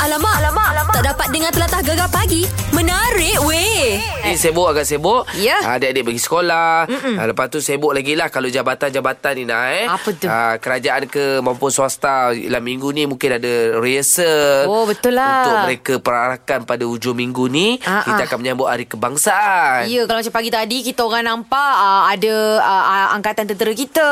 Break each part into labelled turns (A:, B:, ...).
A: Alamak, alamak, alamak. Tak dapat dengar telatah gegar pagi. Menarik weh.
B: Eh.
C: Ni sibuk agak sibuk
A: Ya.
C: Ah, Adik-adik pergi sekolah ha, Lepas tu sibuk lagi lah Kalau jabatan-jabatan ni nak eh
B: Apa tu?
C: Ah, Kerajaan ke maupun swasta Dalam minggu ni mungkin ada rehearsal
B: Oh, betul lah.
C: Untuk mereka perarakan pada hujung minggu ni
B: Ah, ah.
C: Kita akan menyambut hari kebangsaan
B: Ya kalau macam pagi tadi kita orang nampak uh, ada uh, angkatan tentera kita,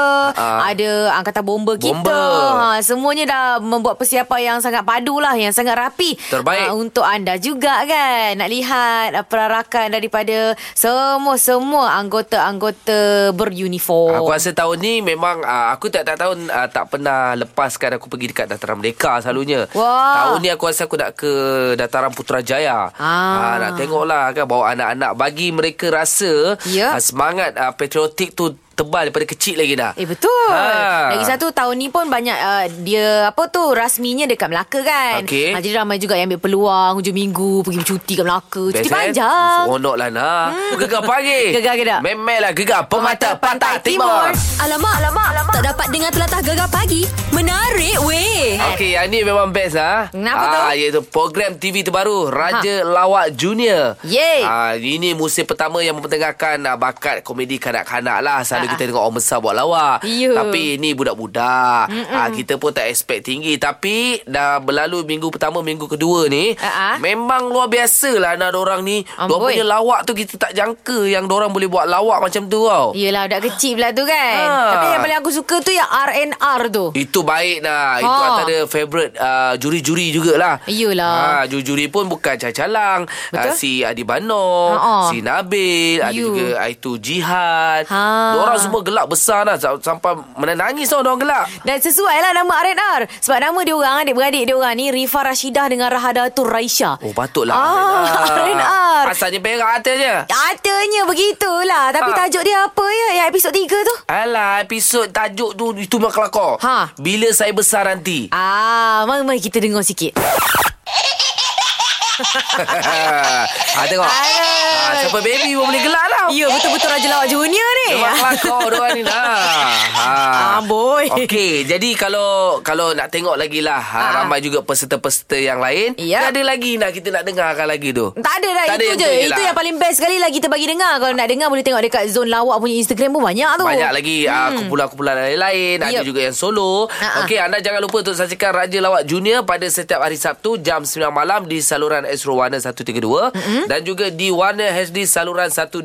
B: uh,
C: Ah.
B: ada angkatan bomba kita.
C: Bomba.
B: Ha semuanya dah membuat persiapan yang sangat padu lah, yang sangat rapi.
C: Terbaik.
B: Ah, untuk anda juga kan. Nak lihat uh, perarakan daripada semua-semua anggota-anggota beruniform.
C: Aku rasa tahun ni memang ah, aku tak tak tahun ah, tak pernah lepaskan aku pergi dekat Dataran Merdeka selalunya.
B: Wah.
C: Tahun ni aku rasa aku nak ke Dataran Putrajaya.
B: Ah.
C: nak tengoklah kan bawa anak-anak bagi mereka rasa
B: Ya.
C: ah, semangat ah, patriotik tu tebal daripada kecil lagi dah.
B: Eh betul. Ha.
C: Ha.
B: Lagi satu tahun ni pun banyak uh, dia apa tu rasminya dekat Melaka kan.
C: Okey.
B: Ah, jadi ramai juga yang ambil peluang hujung minggu pergi bercuti kat Melaka. Cuti
C: Best, eh?
B: panjang.
C: Seronok lah nak hmm. Gegar pagi
B: Gegar ke tak?
C: Memelah gegar Pemata, Pantai, Timur.
A: Alamak, alamak, alamak. Tak dapat dengar telatah gegar pagi. Menarik weh.
C: Okey, yang ni memang best lah.
B: Kenapa
C: ah,
B: tu?
C: Iaitu program TV terbaru Raja ha. Lawak Junior.
B: Yeay.
C: Ah, ini musim pertama yang mempertengahkan ah, bakat komedi kanak-kanak lah. Selalu
B: Ha-ha.
C: kita tengok orang besar buat lawak.
B: Ha, Ya.
C: Tapi ini budak-budak. Ah, kita pun tak expect tinggi. Tapi dah berlalu minggu pertama, minggu kedua ni.
B: Ha-ha.
C: Memang luar biasa lah anak orang ni. Diorang
B: Ha, Amboi.
C: punya lawak tu kita tak jangka yang orang boleh buat lawak macam tu tau.
B: Yelah budak kecil pula tu kan
C: Ha.
B: Tapi yang paling aku suka tu Yang R&R tu
C: Itu baik dah. Itu
B: Ha.
C: antara favourite uh, juri-juri jugalah.
B: Iyalah.
C: Ha, juri-juri pun bukan cacalang.
B: Betul.
C: Uh, si Adi Bano,
B: Ha-ha.
C: si Nabil, ada
B: You.
C: juga uh, itu Jihad.
B: Ha.
C: Diorang semua gelak besar dah. Sa- Sampai menangis tau diorang gelak.
B: dan sesuai lah nama R&R Sebab nama dia orang Adik-beradik dia orang ni Rifa Rashidah dengan Rahadatul Raisha
C: Oh patutlah.
B: Ah, R&R.
C: Asalnya berak atasnya.
B: Katanya begitulah Tapi
C: Ha.
B: tajuk dia apa ya Yang episod 3 tu
C: Alah, episod tajuk tu itu memang kelakar.
B: Ha.
C: Bila saya besar nanti.
B: Ah, mari, mari kita dengar sikit
C: ha, tengok. Ha, siapa baby pun boleh gelak lah. tau.
B: Ya betul-betul Raja Lawak Junior ni Ah,
C: Memang Ah. kelakar diorang ni lah. Ha.
B: Amboi.
C: Okey, jadi kalau kalau nak tengok lagi lah. Ha,
B: Ah.
C: ramai juga peserta-peserta yang lain.
B: Ya.
C: Ada lagi nak kita nak dengarkan lagi tu.
B: Tak ada dah
C: Tak ada
B: Itu
C: yang
B: je
C: tu je
B: Itu
C: lah.
B: yang paling best sekali lah Kita bagi dengar Kalau nak dengar boleh tengok Dekat Zon Lawak punya Instagram pun banyak tu
C: Banyak lagi hmm. uh, kumpulan-kumpulan lain-lain Ada
B: Yep.
C: juga yang solo
B: Ha-ha.
C: Okey anda jangan lupa untuk saksikan Raja Lawak Junior Pada setiap hari Sabtu jam 9 malam Di saluran Astro Warna 132 mm-hmm. Dan juga di Warna HD saluran 124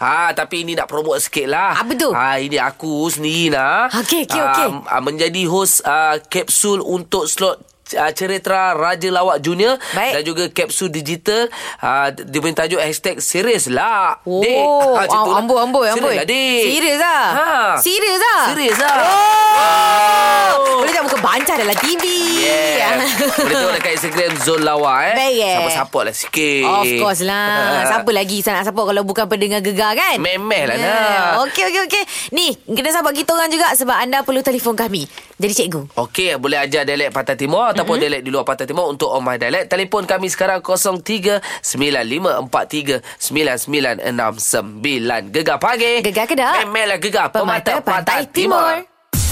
C: ha, Tapi ini nak promote sikit lah
B: Apa tu?
C: Ha, ini aku sendiri lah
B: Ah, Okey, okey, okey.
C: ah, Menjadi host uh, kapsul untuk slot ah, Cerita Raja Lawak Junior
B: Baik.
C: Dan juga kapsul digital uh, Dia punya tajuk hashtag Serius lah
B: Oh,
C: Dik. Ah, macam tu lah.
B: amboi, amboi, amboi.
C: Serius lah, dik.
B: Serius lah.
C: Ha.
B: Serius lah.
C: Serius lah.
B: Oh. Boleh tak muka bancah dalam TV.
C: Yeah. Boleh tengok dekat Instagram Zon Lawa eh.
B: Baik, eh.
C: Sama support lah sikit.
B: Of course lah Siapa lagi Saya nak support Kalau bukan pendengar gegar kan
C: Memeh lah, Nak.
B: Okey okey okey Ni Kena support kita orang juga Sebab anda perlu telefon kami Jadi cikgu
C: Okey, boleh ajar dialek Pantai Timur ataupun mm-hmm. dialek di luar Pantai Timur untuk Oh My Dialect. Telefon kami sekarang 0395439969. Gegar pagi.
B: Gegar Kedah.
C: Memeh lah gegar pemata, Pantai, Timur.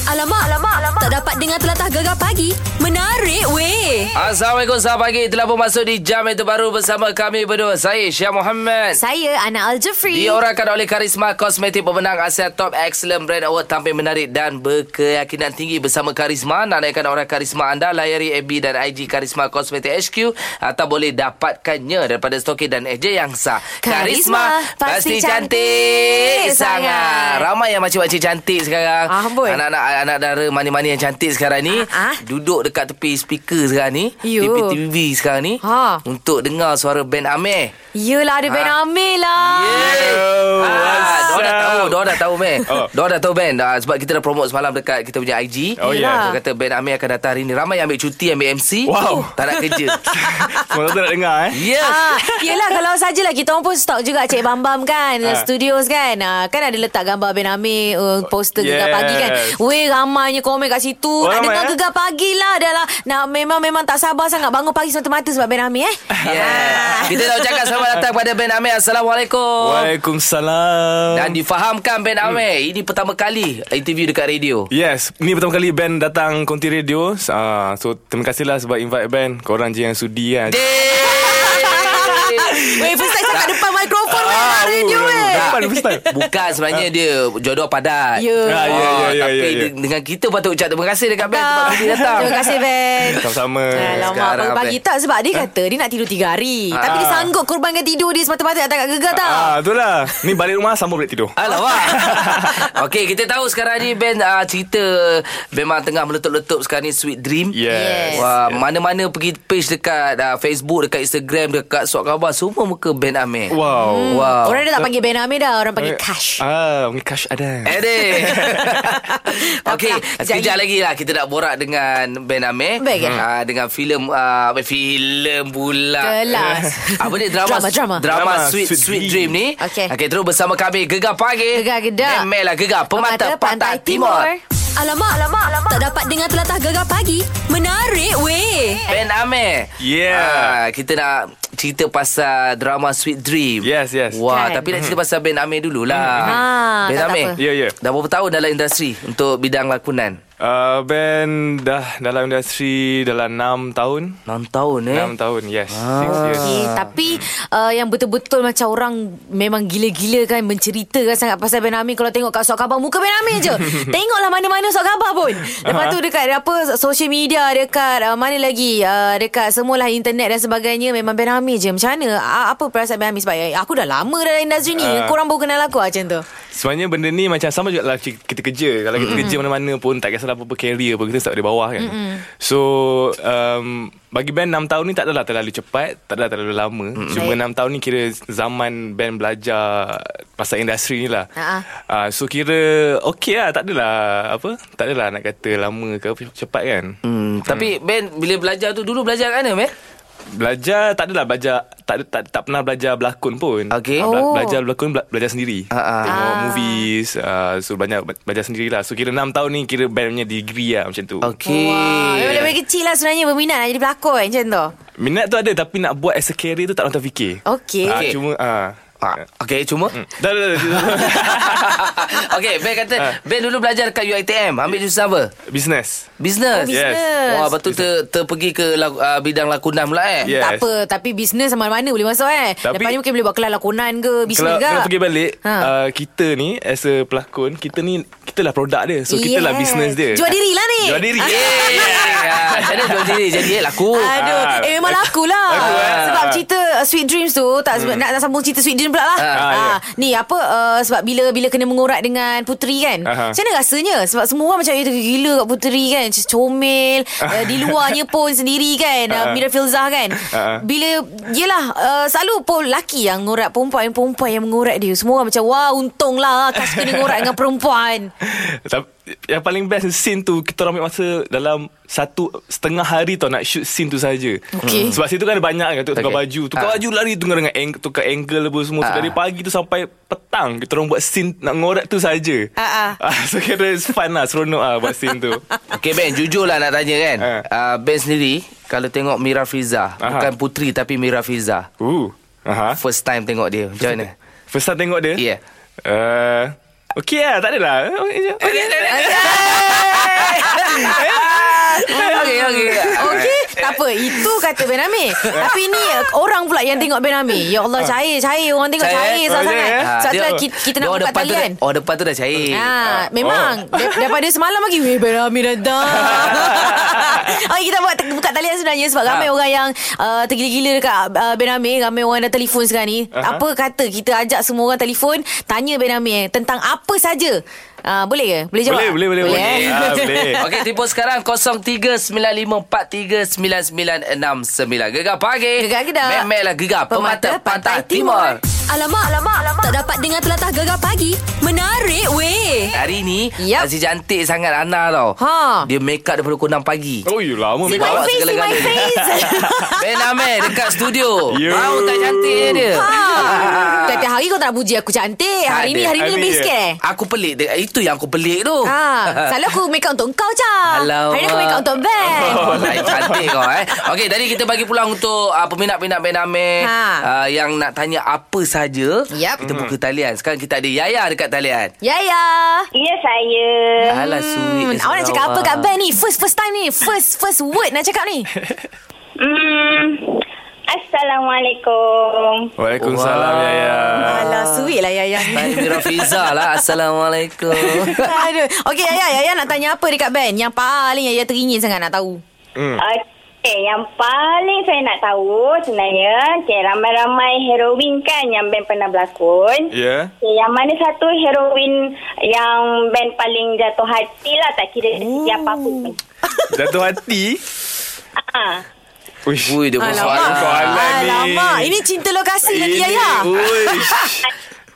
A: Alamak, alamak, alamak. Tak dapat dengar telatah gegar pagi. Menarik weh.
C: Assalamualaikum, selamat pagi. Telah pun masuk di jam yang terbaru bersama kami berdua. Saya Syah Muhammad.
B: Saya Ana Al-Jafri
C: Diorakan oleh Karisma Kosmetik pemenang Asia Top Excellent Brand Award tampil menarik dan berkeyakinan tinggi bersama Karisma. Nak naikkan orang Karisma anda, layari FB dan IG Karisma Kosmetik HQ atau boleh dapatkannya daripada stoki dan ejen yang sah.
B: Karisma, pasti cantik sangat.
C: Ramai yang makcik-makcik cantik sekarang.
B: Ah, boy.
C: Anak-anak anak dara mani-mani yang cantik sekarang ni.
B: Ah, ah.
C: Duduk dekat tepi speaker sekarang ni.
B: Yo.
C: TV-TV sekarang ni.
B: Ha.
C: Untuk dengar suara band Amir.
B: Yelah ada Ben
C: Ha.
B: Amir lah
C: Yeay. Ah, Diorang dah tahu Diorang dah tahu man
D: Oh.
C: Diorang dah tahu band ah, Sebab kita dah promote semalam Dekat kita punya IG
D: Oh,
B: ya.
C: Dia kata band Amir akan datang hari ni Ramai yang ambil cuti Ambil MC
D: Wow.
C: Tak nak kerja Ya.
D: Semua tu nak dengar eh
C: Yes
B: Ah, yelah kalau sajalah kita orang pun stok juga Cik Bambam kan
D: Ah.
B: Studios kan ah, Kan ada letak gambar Ben Amir uh, Poster yes. gegar
D: Yes.
B: pagi kan Weh Eh ramainya komen kat situ.
D: Oh,
B: nak
D: ramai,
B: dengar
D: eh?
B: gegar pagi lah. Dah lah. Nak memang memang tak sabar sangat bangun pagi semata-mata sebab Ben Ami eh.
C: Yeah. Ya. Kita nak ucapkan selamat datang kepada Ben Amir. Assalamualaikum.
D: Waalaikumsalam.
C: Dan difahamkan Ben Amir, ini pertama kali interview dekat radio.
D: Yes, ni pertama kali band datang konti radio. Uh, so terima kasihlah sebab invite band. Korang je yang sudi kan.
C: Dek!
B: Weh first time cakap depan mikrofon eh. weh.
C: Ah,
B: Hari ni
D: oh,
B: weh.
D: Depan first time.
C: Bukan sebenarnya dia jodoh padat.
B: Ya.
D: Ah, ya,
C: Oh,
D: ya, ya,
C: tapi
D: ya, ya.
C: de- dengan kita patut ucap terima kasih dekat Ben sebab dia datang.
B: Ah, Terima kasih Ben.
D: Sama-sama.
B: Alamak
C: Sekarang,
B: pagi-pagi
C: Ben.
B: tak Sebab dia kata Dia nak tidur tiga hari Tapi dia sanggup korbankan tidur dia Semata-mata datang kat gegar tau
D: Ah, itulah. Ni balik rumah sambung boleh tidur.
C: Alamak Okay kita tahu sekarang ni Ben uh, cerita Memang tengah meletup-letup sekarang ni Sweet Dream
D: Yes.
C: Wah, mana-mana pergi page dekat uh, Facebook, dekat Instagram, dekat Suat Khabar Semua muka Ben Amir
D: Wow.
C: Wow
B: Orang dah tak panggil Ben Amir dah Orang panggil Cash
D: Ah, panggil cash ada.
C: Eh deh Okay
B: Takpelah, sekejap
C: Sekejap
B: lagi.
C: lagi lah Kita nak borak dengan Ben Amir
B: Baik, kan?
C: Ah, Dengan filem uh, Filem pula
B: Kelas.
C: Apa ni
B: Drama,
C: drama
B: drama.
C: Drama,
D: Drama
C: Sweet, Sweet,
D: Sweet
C: Dream.
D: Dream.
C: ni
B: Okey.
C: Okay terus bersama kami Gegar Pagi
B: Gegar Gedak.
C: Memelah Gegar Pemata, Pemata Pantai, Timur,
A: Alamak, alamak, alamak. Tak dapat dengar telatah gegar pagi. Menarik weh.
C: Ben Amir
D: Yeah.
C: Ah, Kita nak cerita pasal drama Sweet Dream
D: Yes, yes. Mm-hmm.
C: Wah
B: Kan?
C: tapi nak cerita pasal Ben Amir dululah
B: Ha,
C: Ben
B: tak- tak
C: Amir
B: apa.
D: Ya, ya.
C: Dah berapa tahun dalam industri Untuk bidang lakonan
D: Uh, band dah dalam industri dalam 6 tahun.
C: 6 tahun eh Ah.
D: 6 tahun, yes. 6 years.
B: Okay, Eh, tapi uh, yang betul-betul macam orang memang gila-gila kan menceritakan sangat pasal Ben Amir kalau tengok kat surat khabar muka Ben Amir je. Tengoklah mana-mana surat khabar pun. Lepas tu dekat apa social media dekat uh, mana lagi uh, dekat semualah internet dan sebagainya memang Ben Amir je. Macam mana uh, apa perasaan Ben Amir sebab eh, aku dah lama dalam industri ni.
D: Ah.
B: Korang baru kenal aku ah, macam tu.
D: Sebenarnya benda ni macam sama juga lah ki- kita kerja. Kalau kita mm-hmm. kerja mana-mana pun tak kisahlah apa-apa career pun kita start dari bawah kan. Mm-hmm. So um, bagi band 6 tahun ni tak adalah terlalu cepat, tak adalah terlalu lama. Mm-hmm. Cuma
B: Baik.
D: 6 tahun ni kira zaman band belajar pasal industri ni lah.
B: Ha-ha.
D: Uh, so kira okey lah tak adalah apa? Tak adalah nak kata lama ke apa cepat kan.
B: Mm.
C: Hmm, tapi Ben bila belajar tu dulu belajar kat mana Ben?
D: Belajar tak adalah belajar tak ada- tak, tak pernah belajar berlakon pun.
C: Okey.
D: Ah, bela-
B: Oh.
D: Belajar berlakon bela- belajar sendiri.
C: Ah, ah.
D: Tengok movies uh, so banyak be- belajar sendirilah. So kira 6 tahun ni kira band punya degree lah macam tu.
C: Okey.
B: Wah, memang dari kecil lah sebenarnya berminat nak jadi pelakon macam tu.
D: Minat tu ada tapi nak buat as a career tu tak pernah terfikir.
B: Okey.
D: Ah,
C: Okey.
D: cuma ah.
C: Ah, Okey, cuma
D: Dah dah dah.
C: Okey, Ben kata
D: Ah.
C: Ben dulu belajar dekat UiTM, ambil jurusan apa?
D: Business.
B: Oh,
C: Business.
B: business. Yes.
C: Wah, betul ter, terpergi ke laku, uh, bidang lakonan pula eh.
D: Yes.
B: Tak apa Tapi bisnes sama mana boleh masuk eh
D: Tapi-
B: Lepas ni mungkin boleh buat kelas lakonan ke Bisnes
D: kalau,
B: ke
D: kalau pergi balik
B: Ha.
D: ha. uh, Kita ni As a pelakon Kita ni Kita lah produk dia So kita lah
B: Yes.
D: business dia
B: Jual diri lah ni.
D: Jual diri
C: Yeah. Ah, Jadi jual diri jadi eh, laku.
B: Aduh,
D: Ah.
B: eh memang laku lah
D: Laku, eh?
B: Sebab cerita uh, Sweet Dreams tu tak hmm. nak, nak sambung cerita Sweet Dreams pula lah
C: Ah,
B: ah,
D: ya.
B: Ni apa uh, Sebab bila bila kena mengorat dengan Puteri kan
D: Aha.
B: Macam mana rasanya Sebab semua orang macam "Eh, Gila kat Puteri kan Macam Comel uh, Di luarnya pun sendiri kan uh,
D: Ah.
B: Mira Filzah kan
D: Ah.
B: Bila Yelah uh, Selalu pun laki yang ngorat perempuan Perempuan yang mengorat dia Semua orang macam Wah untung lah Kas kena ngorat dengan perempuan
D: Tapi yang paling best scene tu kita orang ambil masa dalam satu setengah hari tau nak shoot scene tu saja.
B: Okey.
D: Sebab situ kan ada banyak kan tukar
C: Okey.
D: okay. baju, tukar
C: Ah.
D: baju lari tukar dengan ang- tukar angle apa semua. So,
C: Ah.
D: dari pagi tu sampai petang kita orang buat scene nak ngorak tu saja.
B: Ah,
D: so kira it's fun lah, seronok ah buat scene tu.
C: Okey Ben, jujur lah nak tanya kan.
D: Ah.
C: Uh, ben sendiri kalau tengok Mira Fiza,
D: Aha. Ha?
C: bukan putri tapi Mira Fiza.
D: Ooh. Aha.
C: First time tengok dia. Macam mana?
D: First time tengok dia?
C: Yeah.
D: Uh, okay lah, tak adalah. Okay, je. okay.
C: Okey, okey.
B: Okey, tak apa. Itu kata Ben Amir. Tapi ni orang pula yang tengok Ben Amir. Ya Allah, cair, cair. Orang tengok cair
C: Cair.
B: sangat-sangat.
D: Oh,
C: Ah,
B: Sebab tu
C: dia-
B: lah kita, kita nak
C: dia orang
B: buka kan?
C: depan tu
B: talian.
C: dah- Oh depan tu dah cair
B: Ha, memang oh. Daripada semalam lagi Weh Ben Amir datang Okay kita buat Buka talian sebenarnya Sebab ramai
C: Ha.
B: orang yang uh, Tergila-gila dekat uh, Ben Amir Ramai orang dah telefon sekarang ni
D: Aha.
B: Apa kata Kita ajak semua orang telefon Tanya Ben Amir Tentang apa saja uh, Boleh ke? Boleh jawab?
D: Boleh, boleh, boleh.
B: boleh. eh?
D: Ah, boleh.
C: Okey, telefon sekarang 0395439969. Gegar pagi.
B: Gegar Kedah.
C: Memelah Gegar Pemata, lah Pantai, Timur.
E: Alamak, alamak, alamak. Tak dapat dengar telatah gegar pagi. Menarik weh.
C: Hari ni
B: Yep.
C: Aziz cantik sangat Ana tau
B: Ha.
C: Dia make up daripada pukul 6 pagi
D: Oh, you lama
C: Si
D: make
B: My
C: Bawa
D: up.
B: face, see my
C: segala-galanya.
B: face.
C: Ben Amir dekat studio
D: Yo.
C: Mau tak cantik je dia
B: Ha. Tiap-tiap hari kau tak nak puji aku cantik. Hari
C: Tak
B: ni,
C: ada.
B: hari ni
D: Hari
B: lebih
D: ni,
B: sikit. eh?
C: Aku pelik dia. Itu yang aku pelik tu
B: Ha, selalu aku make up untuk kau, Cha.
C: Alamak.
B: Hari ni aku make up untuk Ben.
C: Oh, lain cantik kau eh. Okey, tadi kita bagi peluang untuk uh, peminat-peminat Ben Amir
B: Ha.
C: uh, yang nak tanya apa saja.
B: Yap.
C: Kita buka talian. Sekarang kita ada Yaya dekat talian.
B: Ya, ya.
F: Ya saya.
C: Alah sweet. lah.
B: Hmm,
C: dia
B: awak nak cakap apa
C: seorang.
B: kat Ben ni? First first time ni. First first word nak cakap ni.
F: Hmm. Assalamualaikum.
D: Waalaikumsalam,
C: Wow.
D: ya, ya.
B: Alah, sweet lah Yaya
C: Baik, Mira Fiza lah. Assalamualaikum.
B: Aduh. Okey, Yaya, Yaya nak tanya apa dekat Ben? Yang paling Yaya teringin sangat nak tahu.
D: Hmm.
F: Okey, yang paling saya nak tahu sebenarnya, okey, ramai-ramai heroin kan yang Ben pernah berlakon.
D: Ya.
F: Okey, yang mana satu heroin yang Ben paling jatuh hati lah, tak kira oh. siapa pun.
D: Jatuh hati.
F: Ah.
D: Uish.
C: Ui, dia buat soalan.
D: Soalan ni.
B: Alamak, ini cinta lokasi lagi Yaya.
D: Uish.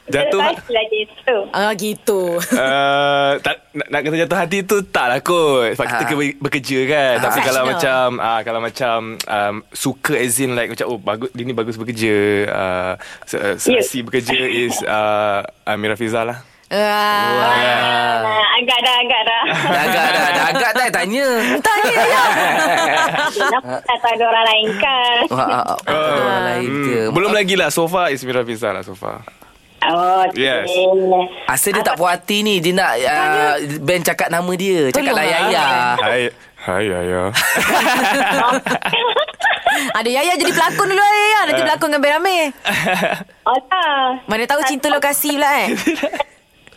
D: Jatuh lah.
F: Lepas lagi tu.
B: Ah gitu.
D: Uh, tak, nak, nak kata jatuh hati tu tak lah kot Sebab kita
C: Ah.
D: ke- bekerja kan Tapi kalau
B: Professional.
D: macam uh, Kalau macam um, Suka as in like Macam oh bagus Dia ni bagus bekerja uh, se- uh, Serasi bekerja is uh, Amira Fiza lah
B: Ah.
F: Ah, agak dah, agak dah.
C: Dah agak dah. Dah agak dah tanya.
B: Tanya Yaya.
F: Kenapa tak
D: Ah.
F: tahu ada orang lain kan?
C: Wah, ah, ah, ada orang lain ke?
D: hmm, Belum lagi lah So far is Amira Fiza lah so far
F: Oh,
D: Yes.
F: okey.
C: Asal dia tak puas hati ni Dia nak uh, Ben cakap nama dia Cakap
B: Tolonglah.
C: lah Yaya
D: Hai Hai Yaya
B: Ada Yaya jadi pelakon dulu Yaya. Nanti berlakon dengan Ben Amir.
F: Oh, tak.
B: Mana tahu cinta lokasi pula eh.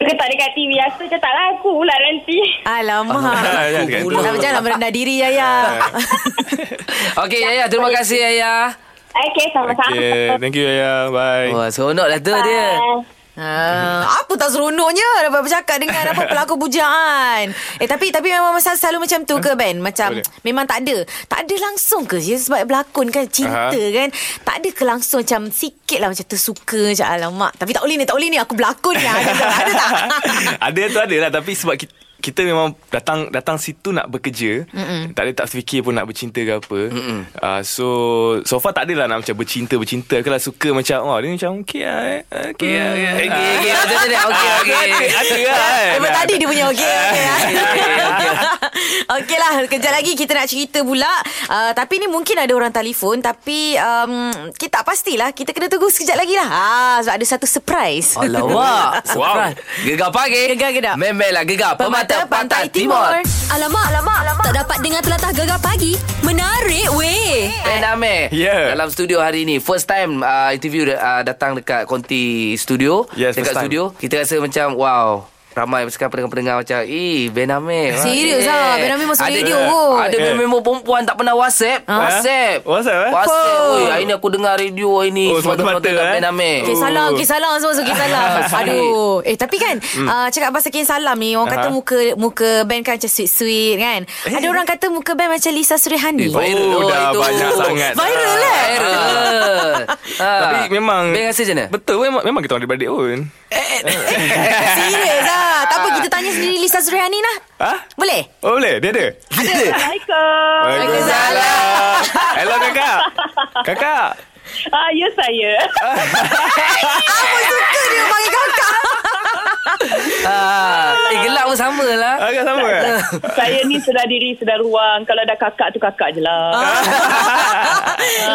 F: Ke tak dekat TV Aku je tak laku pula nanti
B: Alamak.
D: Jangan cakap
C: Pula.
D: tu.
B: Tak macam nak merendah diri Yaya.
C: Okey Yaya Terima kasih Yaya
F: Okay sama-sama
D: Okay Thank you Yaya Bye
C: Wah seronok lah tu dia
B: Ah, apa tak seronoknya dapat bercakap dengan apa pelakon bujaan. Eh tapi tapi memang masa selalu macam tu ke Ben? Macam
D: Hmm. Boleh.
B: memang tak ada. Tak ada langsung ke je sebab berlakon kan cinta
D: Aha.
B: kan. Tak ada ke langsung macam sikit lah macam tersuka macam alamak. Tapi tak boleh ni tak boleh ni aku berlakon ni. Ada tak? Ada tak?
D: ada tu ada lah Tapi sebab kita kita memang datang datang situ nak bekerja Mm-mm. tak ada tak fikir pun nak bercinta ke apa uh, so so far tak adalah nak macam bercinta bercinta kalau suka macam oh dia macam okey ah eh, okey ah eh.
C: Okey okey Macam tu dia
D: Ah,
C: Okey okey
D: ada ada lah kan
B: Memang tadi dia punya okey okey.
C: Ah, okey.
B: Okey lah Kejap lagi kita nak cerita pula uh, Tapi ni mungkin ada orang telefon Tapi um, Kita tak pastilah Kita kena tunggu sekejap lagi lah ah, Sebab ada satu surprise
C: Alamak Surprise. Gegar pagi
B: Gegar ke tak?
C: Memel lah gegar Pemata Pantai Timur
E: Alamak, alamak, alamak. Tak dapat dengar telatah gegar pagi. Menarik weh.
B: Eh.
C: Ben Amir
D: Yeah.
C: Dalam studio hari ni First time uh, interview uh, datang dekat Konti Studio
D: Yes, first
C: Dekat
D: time.
C: studio Kita rasa macam wow Ramai sekarang pendengar-pendengar macam Eh Ben Amir
B: Serius lah, Ben Amir masuk
C: Ada-
B: radio Oh. kot.
C: Ada
D: Yeah.
C: member perempuan tak pernah whatsapp Whatsapp
D: WhatsApp, eh?
C: Whatsapp
B: Oh.
C: Oi, Hari ni aku dengar radio hari ni
D: Oh, semata-mata,
C: dekat
D: eh?
C: Ben Amir
B: Okey salam, okey salam semua okey salam.
C: Sorry.
B: Aduh. Eh tapi kan hmm. uh, cakap pasal kain salam ni orang kata
D: Aha.
B: muka muka band kan macam sweet-sweet kan. Ada orang kata muka band macam Lisa Surihani.
C: Eh, viral tu,
D: Oh, dah
C: itu.
D: banyak sangat.
B: Viral eh. Ah.
C: Viral Ha.
D: Ah, tapi memang
C: Ben rasa macam mana?
D: betul memang, memang kita orang adik-beradik pun
B: Serius lah. Tak apa kita tanya sendiri Lisa Surihani lah.
D: ha
B: Boleh?
D: oh boleh dia ada
F: Assalamualaikum
D: Waalaikumsalam hello kakak kakak
F: Ah, Ya saya
B: Suka dia panggil kakak.
C: Ah, Eh gelap pun sama lah
D: agak sama kan
F: Saya ni sudah diri sudah ruang Kalau dah kakak tu kakak je
B: Ah.
F: lah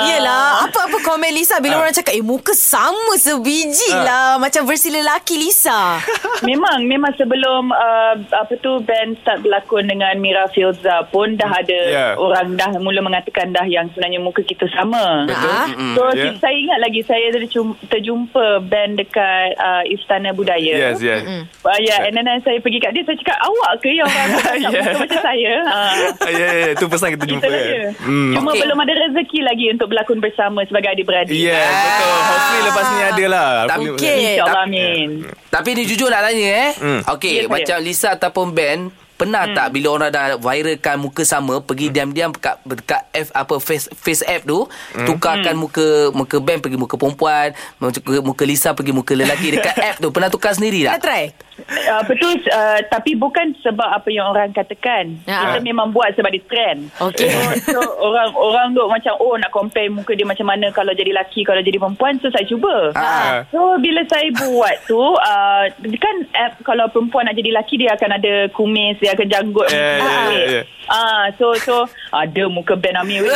B: Yelah Apa-apa komen Lisa Bila orang cakap Eh muka sama sebiji lah Macam versi lelaki Lisa
F: Memang Memang sebelum uh, Apa tu Ben start berlakon dengan Mira Filza pun Dah ada
D: Ya.
F: yeah. Orang dah mula mengatakan dah Yang sebenarnya muka kita sama
B: Ah.
F: So
D: ya.
F: yeah. saya ingat lagi Saya terjum- terjumpa Ben dekat uh, Istana Budaya
D: yes yes
F: Uh, ya, yeah, and then saya pergi kat dia Saya cakap awak ke yang orang tak
D: Yeah.
F: muka macam saya ha.
D: Ah, Ya, ya, ya. tu pesan kita jumpa
F: Kita
D: kan.
F: saja
D: Hmm.
F: Cuma
C: Okey.
F: okay. belum ada rezeki lagi Untuk berlakon bersama Sebagai adik-beradik
D: Yes,
B: Ah,
D: betul. Ya, Hopefully lepas ni
C: Ah.
D: ada lah. Hopefully-
B: Okey
F: InsyaAllah amin
C: Tapi ni jujur nak tanya eh
D: Hmm.
C: Okay
F: Ya, saya.
C: macam Lisa ataupun Ben Pernah
B: Hmm.
C: tak bila orang dah viralkan muka sama pergi
D: Hmm.
C: diam-diam dekat dekat F apa face face app tu
D: Hmm.
B: Hmm.
C: tukarkan muka muka band pergi muka perempuan, muka, muka Lisa pergi muka lelaki dekat app tu. Pernah tukar sendiri
B: Nak
C: tak?
B: try?
F: Uh, betul uh, tapi bukan sebab apa yang orang katakan.
B: Ya.
F: Kita memang buat sebab dia trend.
B: Okey.
F: So, so orang orang duk macam oh nak compare muka dia macam mana kalau jadi lelaki kalau jadi perempuan so saya cuba.
C: Ah.
F: So bila saya buat tu uh, kan app kalau perempuan nak jadi lelaki dia akan ada kumis dia akan janggut.
D: Ya, ya,
F: Ah.
D: ya, ya.
F: Ah so so ada muka Ben Amir weh.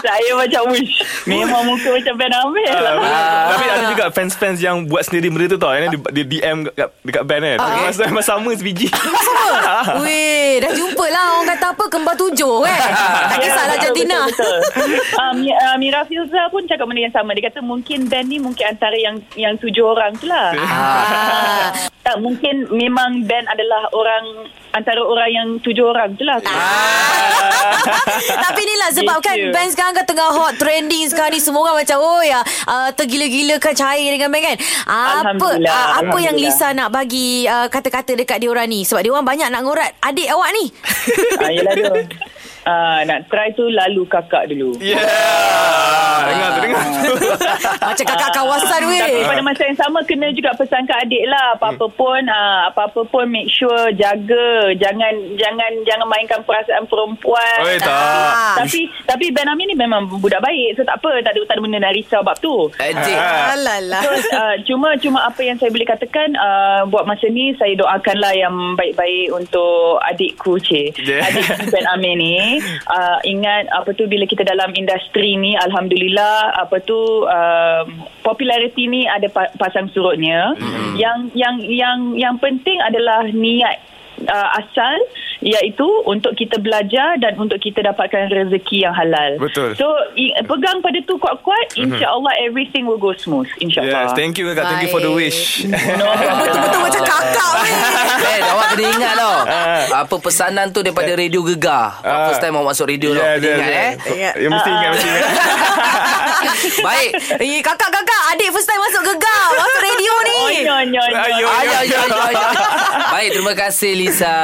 F: saya macam wish memang muka macam Ben Amir lah.
D: Ah. Tapi ada juga fans-fans yang buat sendiri benda tu tau. Yang dia, dia DM dekat, dekat band kan.
C: Ah.
D: Okay. Masa memang sama sebiji.
B: Apa? Weh, dah jumpa lah. Orang kata apa, kembar tujuh eh. Tak kisahlah
F: Ah, betul,
B: jantina.
F: betul, betul. um, Mi- uh, Mira Filza pun cakap benda yang sama. Dia kata mungkin band ni mungkin antara yang yang tujuh orang tu lah.
B: Ah.
F: tak, mungkin memang band adalah orang antara orang yang tujuh orang tu lah.
B: Tapi ni lah sebab kan
F: Yes, yeah.
B: band sekarang kan tengah hot trending sekarang ni semua orang macam oh ya uh, tergila-gilakan cair dengan band kan. Apa
F: Alhamdulillah.
B: uh, apa yang
F: Alhamdulillah.
B: Lisa nak bagi uh, kata-kata dekat diorang ni sebab diorang banyak nak ngorat adik awak ni.
F: Ah, yelah tu. Ah, nak try tu lalu kakak dulu.
D: Yeah.
C: Ah.
D: Dengar tu, dengar tu.
B: macam kakak kawasan
F: Tapi
B: weh.
D: Eh.
F: pada masa yang sama kena juga pesan ke adik lah apa-apa
D: Hmm.
F: pun ah, apa-apa pun make sure jaga jangan jangan jangan mainkan perasaan perempuan.
D: Oi, tak.
F: Tapi tapi Ben Amin ni memang budak baik So tak apa Tak ada, tak ada benda nak risau bab tu
C: Encik.
B: Alalah.
F: So, uh, cuma cuma apa yang saya boleh katakan uh, buat masa ni saya doakanlah yang baik-baik untuk adikku cik
D: Yeah.
F: adikku Ben Amir ni uh, ingat apa tu bila kita dalam industri ni alhamdulillah apa tu uh, populariti ni ada pa- pasang surutnya mm. yang yang yang yang penting adalah niat uh, asal iaitu untuk kita belajar dan untuk kita dapatkan rezeki yang halal.
D: Betul.
F: So i- pegang pada tu kuat-kuat insya-Allah everything will go smooth insya-Allah.
D: Yes, thank you Kak. Thank you for the wish.
B: Betul-betul macam kakak weh.
C: Ben, awak kena ingat tau. Apa pesanan tu daripada Radio Gegar.
D: Ya. Ah.
C: First time awak masuk radio yeah,
D: Yeah,
C: Kena
D: yeah,
C: ingat Ah. eh.
D: yeah. Ya, mesti ingat, mesti ingat.
C: Baik.
B: Eh kakak-kakak adik first time masuk gegar masuk radio ni.
F: Oh, no, no, no.
D: Ayo,
C: Ayo, ayo, ayo, ayo. Baik, terima kasih Lisa.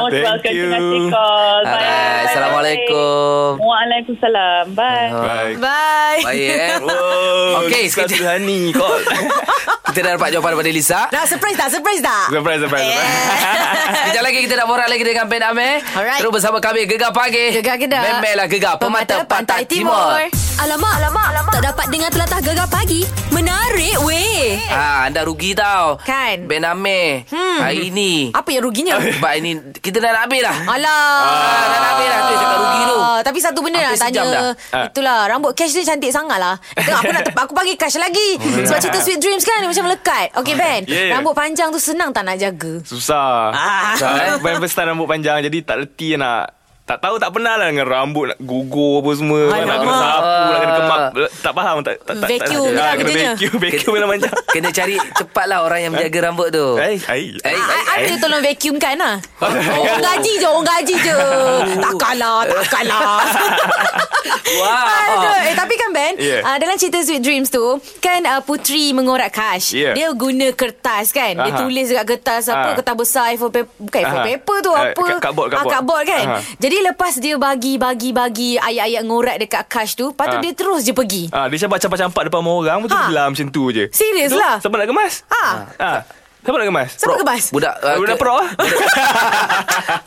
F: Most
D: Thank
F: welcome
D: you.
F: to Nasi Call. Bye.
C: Alright, Assalamualaikum.
F: Waalaikumsalam. Bye.
D: Baik.
B: Bye.
C: Baik eh.
D: Wow,
C: Okey,
D: Kak
C: sekejap.
D: Sudhani kot.
C: Kita dah dapat jawapan daripada Lisa.
B: Dah surprise tak? Surprise tak?
D: Surprise, surprise, surprise.
C: Sekejap lagi kita nak borak lagi dengan Ben Amir.
B: Alright.
C: Terus bersama kami Gegar Pagi.
B: Gegar Kedah.
C: Memelah Gegar Pemata, Pantai, Timur. Timur.
A: Alamak, alamak, alamak. Tak dapat dengar telatah gegar pagi. Menarik weh.
C: Ah, anda rugi tau.
B: Kan?
C: Ben Amir.
B: Hmm.
C: Hari ini.
B: Apa yang ruginya?
C: Sebab ini kita dah nak habis dah.
B: Alah.
C: Ah, dah nak habis dah. Tu cakap rugi tu.
B: Ah, Tapi satu benda
C: Hampir
B: nak tanya.
C: sejam dah.
D: Ah.
B: Itulah, rambut cash dia cantik sangat lah. Eh, Tengok, aku nak tep- aku panggil cash lagi.
C: Oh.
B: Sebab cerita Sweet Dreams kan, dia macam melekat. Okay,
C: Ah,
B: Ben.
D: Yeah.
B: Rambut panjang tu senang tak nak jaga?
D: Susah.
B: Ah.
D: Susah. Band first time rambut panjang jadi tak reti nak tak tahu tak pernah lah dengan rambut nak gugur apa semua nak kena
B: Alamak.
D: sapu lah kena kemak tak faham tak tak tak
B: Vacuum
D: tak,
B: lah
D: kena
B: kerjanya.
D: vacuum vacuum bila panjang
C: Kena cari cepatlah orang yang menjaga rambut tu.
D: ai ai
B: Ah,
C: Eh, eh,
B: Ada tolong vacuum kan lah. Orang gaji je, orang gaji je. Takkanlah, takkanlah.
C: Wow.
B: Aduh. Eh, tapi kan Ben,
D: Yeah.
B: ah, dalam cerita Sweet Dreams tu, kan ah, Putri mengorak Kash.
D: Yeah.
B: Dia guna kertas kan. Dia
D: Aha.
B: tulis dekat kertas apa,
D: Ah.
B: kertas besar, A4 paper. Bukan A4
D: Aha.
B: paper tu,
D: Eh,
B: apa.
D: kad- kadbod,
B: Ah,
D: kadbod.
B: kadbod kan.
D: Aha.
B: Jadi lepas dia bagi, bagi, bagi ayat-ayat ngorak dekat Kash tu, lepas tu
D: Ah.
B: dia terus je pergi.
D: ah dia campak-campak depan orang betul
B: Ah.
D: gelam macam tu je
B: Serius
D: Tu,
B: lah.
D: siapa nak kemas
B: Ah.
D: ah siapa nak kemas
B: Siapa
C: Pro-
B: kebas?
C: Budak
D: Ah,
C: ah,
D: budak
C: ke-
D: pro ah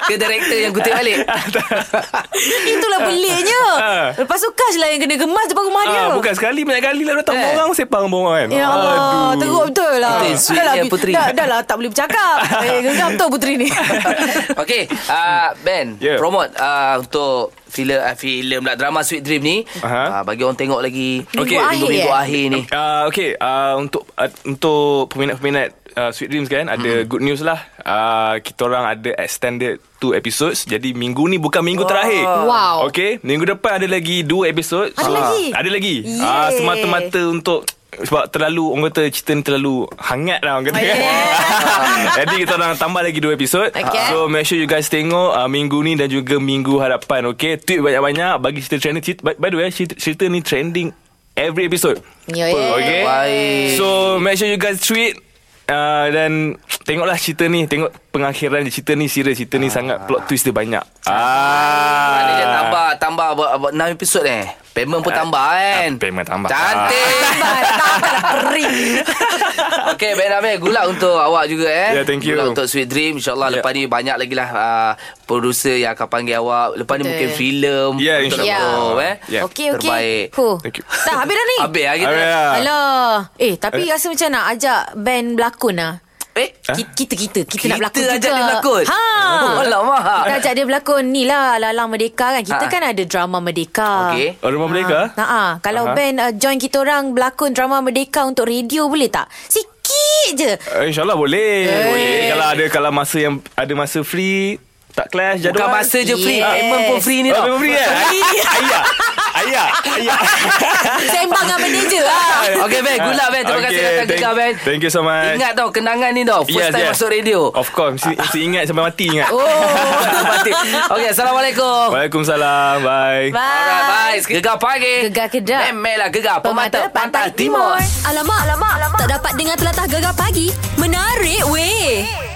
C: Ke director yang kutip balik
B: Itulah peliknya.
D: Ah.
B: Lepas tu Kash lah yang kena gemas depan rumah dia.
D: ah bukan sekali banyak kali lah datang
C: Eh.
D: orang sepang orang kan
B: Ya Allah
D: Aduh.
B: Teruk betul lah
C: Itu yang sweetnya
B: dah lah,
C: Puteri.
B: Dah, dah lah tak boleh bercakap eh, Geram betul Puteri ni
C: Okay uh, Ben yeah.
D: Yeah.
C: Promote uh, Untuk filem uh, filem pula Drama Sweet Dream ni uh
D: Aha.
C: Bagi orang tengok lagi
B: Minggu akhir,
C: Minggu-minggu
B: eh?
C: akhir ni
D: Uh, okay, uh, untuk uh, untuk peminat-peminat uh, Sweet Dreams kan ada
B: Hmm.
D: good news lah. Uh, kita orang ada extended two episodes. Jadi minggu ni bukan minggu terakhir.
B: Wow.
D: Okay, minggu depan ada lagi dua episod.
B: Ada lagi?
D: Ada lagi.
B: Yeay.
D: Ah, semata-mata untuk sebab terlalu orang kata cerita ni terlalu hangat lah
B: Oh,
D: orang kata kan. Jadi kita orang tambah lagi dua episod.
B: Okay.
D: So make sure you guys tengok uh, minggu ni dan juga minggu hadapan. Okay, tweet banyak-banyak bagi cerita trending. Cerita, by, by the way, cerita, cerita ni trending every episode.
B: Ya, ya.
D: Okay.
C: Baik.
D: So make sure you guys tweet uh, dan Tengoklah cerita ni Tengok pengakhiran dia Cerita ni serius Cerita ni sangat Plot twist dia banyak Ah,
C: Maknanya tambah Tambah ber- ber- 6 episod eh Payment pun tambah kan
D: ah, payment tambah.
C: Cantik Okay Ben Amir Gula untuk awak juga eh
D: Ya, thank you.
C: Gula untuk Sweet Dream InsyaAllah yeah.
D: Ya.
C: lepas ni Banyak lagi lah uh, Producer yang akan panggil awak Lepas ni
B: Betul.
C: mungkin filem
D: Ya,
C: untuk
B: insyaAllah.
C: tutup, eh.
D: Ya.
B: Okey, okey.
C: Terbaik
B: Huh.
D: Thank you.
B: Dah habis dah ni.
C: Habis lah kita
D: Habis lah.
B: Alah. Eh, tapi rasa macam nak ajak band berlakon lah.
C: Eh
B: Ha? Kita, kita, kita, kita nak berlakon
C: Kita
B: juga.
C: ajak dia berlakon?
B: Ha.
C: Oh, alamak.
B: Kita ajak dia berlakon ni lah Alang-alang Merdeka kan. Kita
C: Ha.
B: kan ada drama Merdeka.
C: Okey.
D: Oh, Rumah Merdeka?
B: Ha. Ha. Kalau
D: Aha.
B: band uh, join kita orang berlakon drama Merdeka untuk radio boleh tak? Sikit je.
D: Eh, InsyaAllah boleh. boleh. Kalau ada kalau masa yang ada masa free tak clash jadual.
C: Bukan masa je free
B: Yes.
C: Payment pun free ni
D: Oh,
C: tau
D: memang free kan? Ayah. Ayah. Ayah.
B: Sembang dengan manager lah.
C: Okay Ben Gula Ben Terima kasih
D: Okay,
C: datang
D: thank-
C: kita Ben
D: Thank you so much.
C: Ingat tau kenangan ni tau First
D: Yes,
C: time
D: yes.
C: masuk radio
D: Of course. Mesti, mesti ingat sampai mati ingat.
C: Oh mati. Okay Assalamualaikum
D: Waalaikumsalam. Bye.
C: Alright, bye. Gegar pagi.
B: Gegar Kedah.
C: Memelah gegar pemata, pantai, timur.
A: Alamak, alamak, alamak. Tak dapat dengar telatah gegar pagi. Menarik weh.